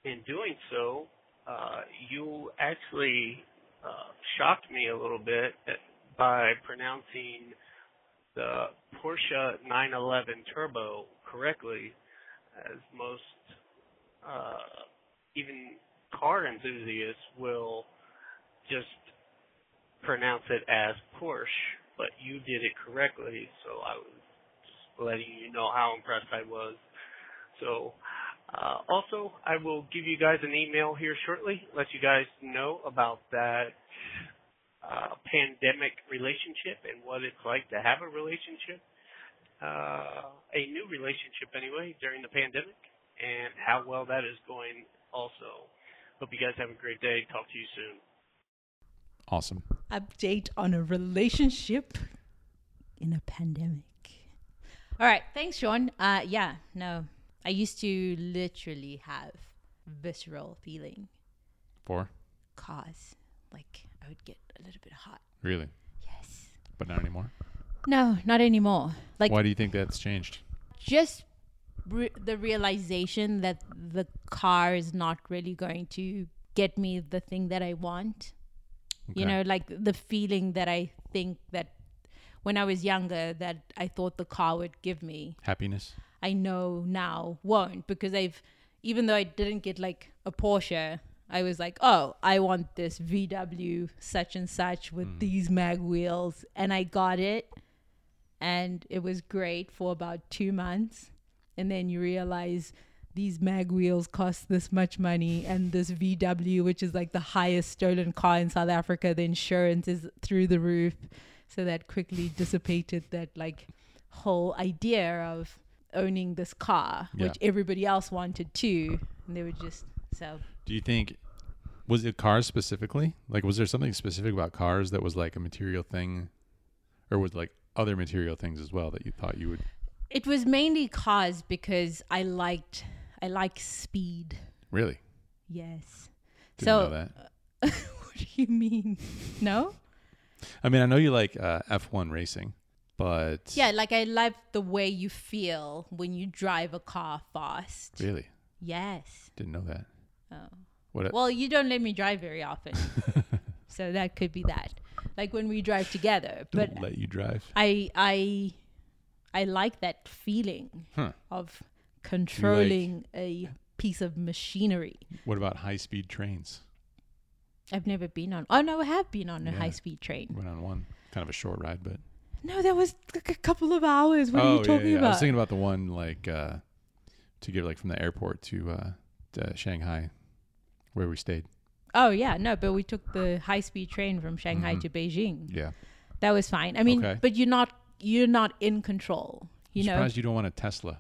Speaker 3: in doing so, uh, you actually uh, shocked me a little bit by pronouncing the Porsche 911 Turbo correctly as most uh, even car enthusiasts will just pronounce it as Porsche, but you did it correctly, so I was just letting you know how impressed I was. So, uh, also, I will give you guys an email here shortly, let you guys know about that uh, pandemic relationship and what it's like to have a relationship uh, a new relationship anyway during the pandemic and how well that is going also. Hope you guys have a great day. Talk to you soon.
Speaker 2: Awesome.
Speaker 1: update on a relationship in a pandemic. All right, thanks, Sean. Uh, yeah, no, I used to literally have visceral feeling
Speaker 2: Four.
Speaker 1: cause like I would get a little bit hot.
Speaker 2: Really?
Speaker 1: Yes.
Speaker 2: But not anymore.
Speaker 1: No, not anymore. Like
Speaker 2: Why do you think that's changed?
Speaker 1: just re- the realization that the car is not really going to get me the thing that I want. you
Speaker 2: Okay.
Speaker 1: know like the feeling that i think that when i was younger that i thought the car would give me
Speaker 2: happiness.
Speaker 1: i know now won't because i've even though i didn't get like a porsche i was like oh i want this vw such and such with these mag wheels and i got it and it was great for about two months and then you realize these mag wheels cost this much money and this vw which is like the highest stolen car in south africa the insurance is through the roof so that quickly dissipated that like whole idea of owning this car
Speaker 2: Yeah.
Speaker 1: which everybody else wanted too and they were just so
Speaker 2: Do you think was it cars specifically? Like was there something specific about cars that was like a material thing or was like other material things as well that you thought you would
Speaker 1: It was mainly cars because I liked I like speed.
Speaker 2: Really?
Speaker 1: Yes.
Speaker 2: Didn't
Speaker 1: so
Speaker 2: know that.
Speaker 1: what do you mean? No?
Speaker 2: I mean, I know you like uh, F1 racing, but
Speaker 1: Yeah, like I like the way you feel when you drive a car fast.
Speaker 2: really
Speaker 1: Yes.
Speaker 2: didn't know that.
Speaker 1: Oh.
Speaker 2: What?
Speaker 1: Well, you don't let me drive very often. so that could be that. Like when we drive together. But
Speaker 2: don't let you drive.
Speaker 1: I I I like that feeling
Speaker 2: Huh.
Speaker 1: of controlling a piece of machinery.
Speaker 2: What about high-speed trains?
Speaker 1: I've never been on. Oh no, I have been on a
Speaker 2: Yeah.
Speaker 1: high speed train.
Speaker 2: Went on one, kind of a short ride, but
Speaker 1: No, that was like a couple of hours. What
Speaker 2: Oh,
Speaker 1: are you talking
Speaker 2: I was
Speaker 1: about?
Speaker 2: thinking about the one like uh, to get like from the airport to, uh, to Shanghai, where we stayed.
Speaker 1: oh yeah, no, but we took the high speed train from Shanghai to Beijing.
Speaker 2: Yeah,
Speaker 1: That was fine. I mean,
Speaker 2: Mm-hmm. Okay.
Speaker 1: but you're not you're not in control. You know,
Speaker 2: surprised you don't want a Tesla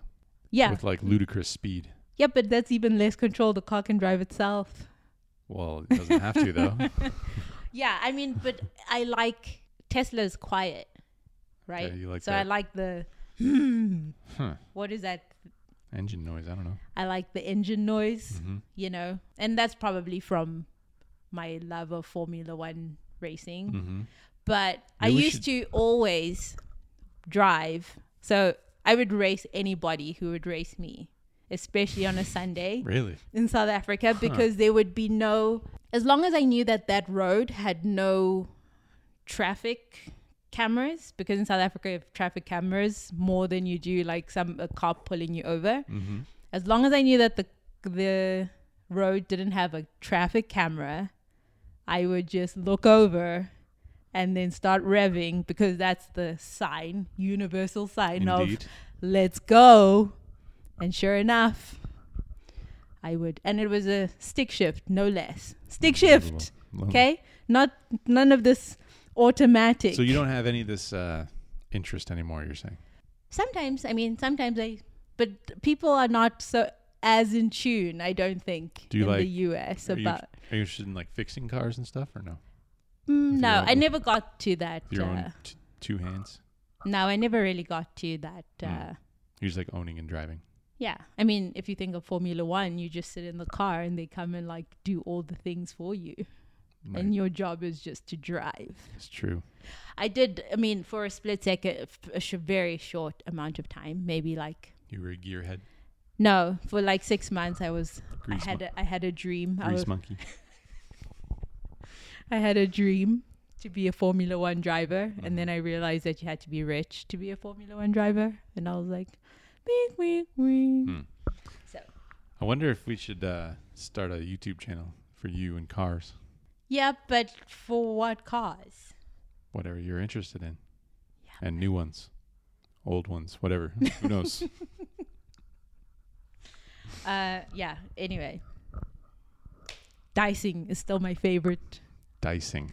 Speaker 1: yeah,
Speaker 2: with like ludicrous speed.
Speaker 1: yeah, but that's even less control. The car can drive itself.
Speaker 2: Well, it doesn't have to though.
Speaker 1: Yeah, I mean, but I like Tesla's quiet, right?
Speaker 2: you like
Speaker 1: so I
Speaker 2: that.
Speaker 1: like the hmm,
Speaker 2: Huh.
Speaker 1: what is that?
Speaker 2: Engine noise. I don't know. Mm-hmm.
Speaker 1: I like the engine noise, you know, and that's probably from my love of Formula One racing. But I
Speaker 2: Maybe we
Speaker 1: used to always drive, so I would race anybody who would race me, especially on a Sunday
Speaker 2: Really?
Speaker 1: in South Africa because there would be no, as long as I knew that that road had no traffic cameras, because in South Africa you have traffic cameras more than you do like some a car pulling you over. As long as I knew that the the road didn't have a traffic camera, I would just look over. And then start revving because that's the sign, universal sign
Speaker 2: Indeed.
Speaker 1: of let's go. And sure enough, I would, and it was a stick shift, no less. Stick shift.
Speaker 2: Unbelievable.
Speaker 1: Okay, not none of this automatic.
Speaker 2: So you don't have any of this uh, interest anymore. You're saying?
Speaker 1: Sometimes, I mean, sometimes I, but people are not so as in tune. I don't think
Speaker 2: Do you
Speaker 1: in
Speaker 2: like-
Speaker 1: the U.S.
Speaker 2: Are you,
Speaker 1: about.
Speaker 2: are you interested in like fixing cars and stuff or no?
Speaker 1: Mm,
Speaker 2: your
Speaker 1: no,
Speaker 2: own-
Speaker 1: I never got to that.
Speaker 2: With your
Speaker 1: Uh,
Speaker 2: own t- two hands.
Speaker 1: no, I never really got to that. Uh,
Speaker 2: Mm. You're just like owning and driving.
Speaker 1: Yeah, I mean, if you think of Formula One, you just sit in the car and they come and like do all the things for you,
Speaker 2: Right.
Speaker 1: and your job is just to drive.
Speaker 2: It's true.
Speaker 1: I did. I mean, for a split second, f- a sh- very short amount of time, maybe like
Speaker 2: You were a gearhead,
Speaker 1: no, for like six months. I was.
Speaker 2: Grease
Speaker 1: I had.
Speaker 2: mon-
Speaker 1: a, I had a dream. I,
Speaker 2: grease
Speaker 1: was-
Speaker 2: monkey.
Speaker 1: I had a dream to be a Formula One driver, and then I realized that you had to be rich to be a Formula One driver, and I was like, wink, wink, wink. So
Speaker 2: I wonder if we should uh, start a YouTube channel for you and cars,
Speaker 1: yeah, but for what cause?
Speaker 2: whatever you're interested in, and new ones, old ones, whatever. Who knows?
Speaker 1: Uh, yeah. Anyway, dicing is still my favorite
Speaker 2: Dicing.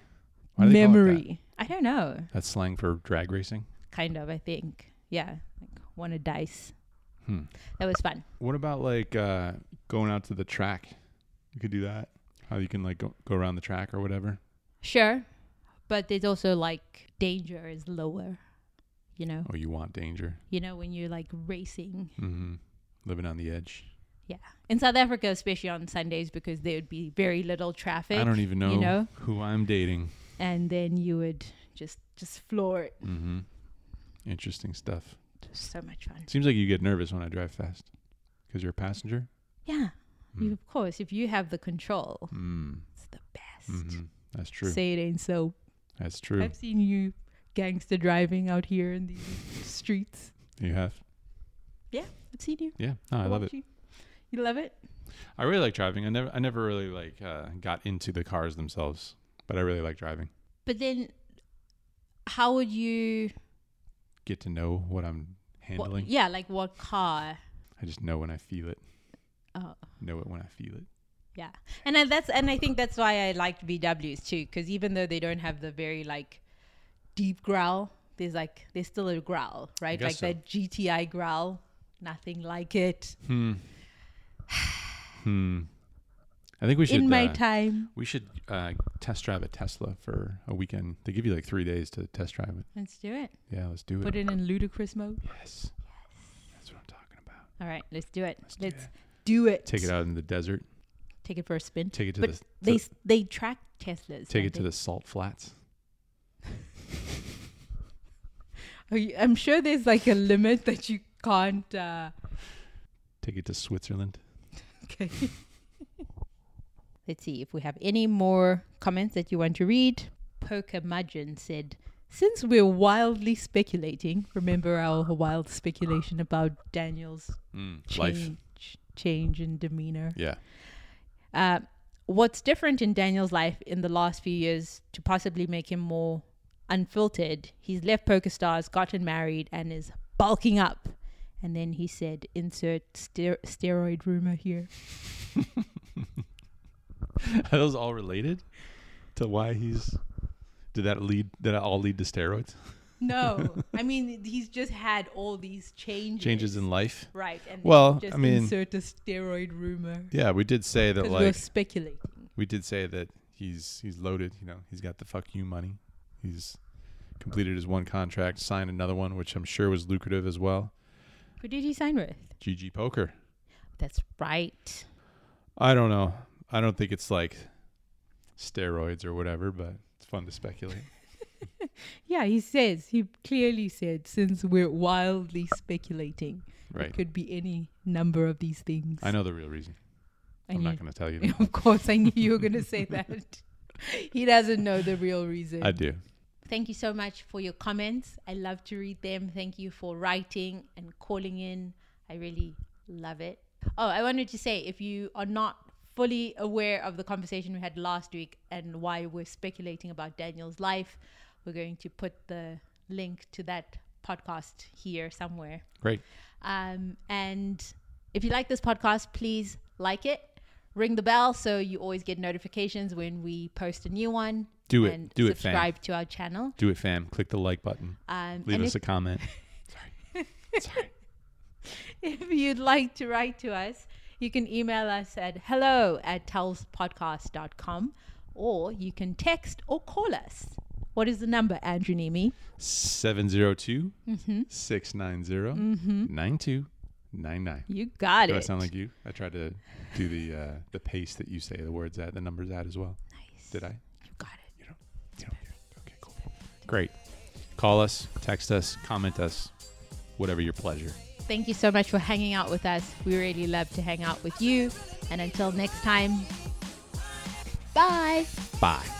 Speaker 2: Why do they call it that?
Speaker 1: memory. I don't know.
Speaker 2: That's slang for drag racing.
Speaker 1: kind of i think yeah like want a dice
Speaker 2: Hmm.
Speaker 1: that was fun
Speaker 2: What about like uh, going out to the track? You could do that. How you can like go, go around the track or whatever.
Speaker 1: sure but there's also like danger is lower you know
Speaker 2: Oh, you want danger.
Speaker 1: you know when you're like racing
Speaker 2: Mm-hmm. Living on the edge.
Speaker 1: yeah in south africa especially on sundays because there would be very little traffic
Speaker 2: I don't even know,
Speaker 1: you know
Speaker 2: who I'm dating.
Speaker 1: and then you would just just floor it
Speaker 2: Mm-hmm. Interesting stuff.
Speaker 1: Just so much fun
Speaker 2: Seems like you get nervous when I drive fast because you're a passenger.
Speaker 1: yeah
Speaker 2: Hmm.
Speaker 1: you, of course if you have the control
Speaker 2: Mm.
Speaker 1: it's the best
Speaker 2: Mm-hmm. That's true.
Speaker 1: say it ain't so
Speaker 2: That's true.
Speaker 1: i've seen you gangster driving out here in these streets
Speaker 2: You have.
Speaker 1: Yeah, I've seen you.
Speaker 2: Yeah. No, I love it.
Speaker 1: You. you love it?
Speaker 2: I really like driving. I never I never really like uh, got into the cars themselves, but I really like driving.
Speaker 1: But then how would you
Speaker 2: Get to know what I'm
Speaker 1: what-
Speaker 2: handling.
Speaker 1: yeah, like what car?
Speaker 2: I just know when I feel it.
Speaker 1: Oh,
Speaker 2: Know it when I feel it.
Speaker 1: yeah. And I, that's and I think that's why I liked VWs too cuz even though they don't have the very like deep growl, there's like there's still a growl, right?
Speaker 2: guess
Speaker 1: Like
Speaker 2: so.
Speaker 1: that GTI growl. Nothing like it
Speaker 2: Hmm. hmm. I think we should
Speaker 1: in my
Speaker 2: uh,
Speaker 1: time.
Speaker 2: we should uh, test drive a Tesla for a weekend. They give you like three days to test drive it.
Speaker 1: Let's do it.
Speaker 2: Yeah, let's do it.
Speaker 1: Put it in ludicrous mode.
Speaker 2: Yes.
Speaker 1: All right, let's do it. Let's,
Speaker 2: do it.
Speaker 1: do it.
Speaker 2: Take it out in the desert.
Speaker 1: Take it for a spin.
Speaker 2: Take it to
Speaker 1: but
Speaker 2: the to-
Speaker 1: they s they track Teslas.
Speaker 2: take
Speaker 1: don't
Speaker 2: it to
Speaker 1: they?
Speaker 2: the salt flats.
Speaker 1: Are you- I'm sure there's like a limit that you can't. Uh,
Speaker 2: Take it to Switzerland.
Speaker 1: okay. Let's see if we have any more comments that you want to read. Poker Mudgeon said, "Since we're wildly speculating, remember our wild speculation about Daniel's
Speaker 2: Mm,
Speaker 1: change, change in demeanor.
Speaker 2: Yeah.
Speaker 1: Uh, what's different in Daniel's life in the last few years to possibly make him more unfiltered? He's left poker stars, gotten married, and is bulking up. And then he said, "Insert ster- steroid rumor here."
Speaker 2: Are those all related to why he's did that lead did that all lead to steroids?
Speaker 1: No, I mean he's just had all these changes.
Speaker 2: Changes in life?
Speaker 1: right? And
Speaker 2: Well,
Speaker 1: just
Speaker 2: I mean-
Speaker 1: insert a steroid rumor
Speaker 2: Yeah, we did say that
Speaker 1: because we're
Speaker 2: like
Speaker 1: speculating.
Speaker 2: we did say that he's he's loaded, you know, he's got the fuck you money. He's completed his one contract, signed another one, which I'm sure was lucrative as well.
Speaker 1: Who did he sign with?
Speaker 2: GG poker.
Speaker 1: That's right.
Speaker 2: I don't know. I don't think it's like steroids or whatever, but it's fun to speculate.
Speaker 1: Yeah, he says, he clearly said, since we're wildly speculating,
Speaker 2: Right.
Speaker 1: it could be any number of these things.
Speaker 2: I know the real reason.
Speaker 1: I
Speaker 2: I'm
Speaker 1: knew,
Speaker 2: not going to tell you. That.
Speaker 1: Of course, I knew you were going to say that. he doesn't know the real reason.
Speaker 2: I do.
Speaker 1: Thank you so much for your comments. I love to read them. Thank you for writing and calling in. I really love it. Oh, I wanted to say if you are not fully aware of the conversation we had last week and why we're speculating about Daniel's life, we're going to put the link to that podcast here somewhere.
Speaker 2: Great.
Speaker 1: Um, and if you like this podcast, please like it, ring the bell so you always get notifications when we post a new one.
Speaker 2: Do it.
Speaker 1: And
Speaker 2: Do it, fam.
Speaker 1: subscribe to our channel.
Speaker 2: Do it, fam. Click the like button.
Speaker 1: Um,
Speaker 2: Leave
Speaker 1: and
Speaker 2: us
Speaker 1: if,
Speaker 2: a comment.
Speaker 1: if you'd like to write to us, you can email us at hello at tellspodcast.com or you can text or call us. What is the number, Andrew Nemi?
Speaker 2: 702 690 9299.
Speaker 1: You got
Speaker 2: Do I
Speaker 1: it.
Speaker 2: sound like you? I tried to do the uh, the pace that you say the words at, the numbers at as well.
Speaker 1: nice.
Speaker 2: Did I?
Speaker 1: You got it.
Speaker 2: You don't, you don't hear it. Okay, cool. Great. Call us, text us, comment us, whatever your pleasure.
Speaker 1: Thank you so much for hanging out with us. We really love to hang out with you. And until next time, bye.
Speaker 2: Bye.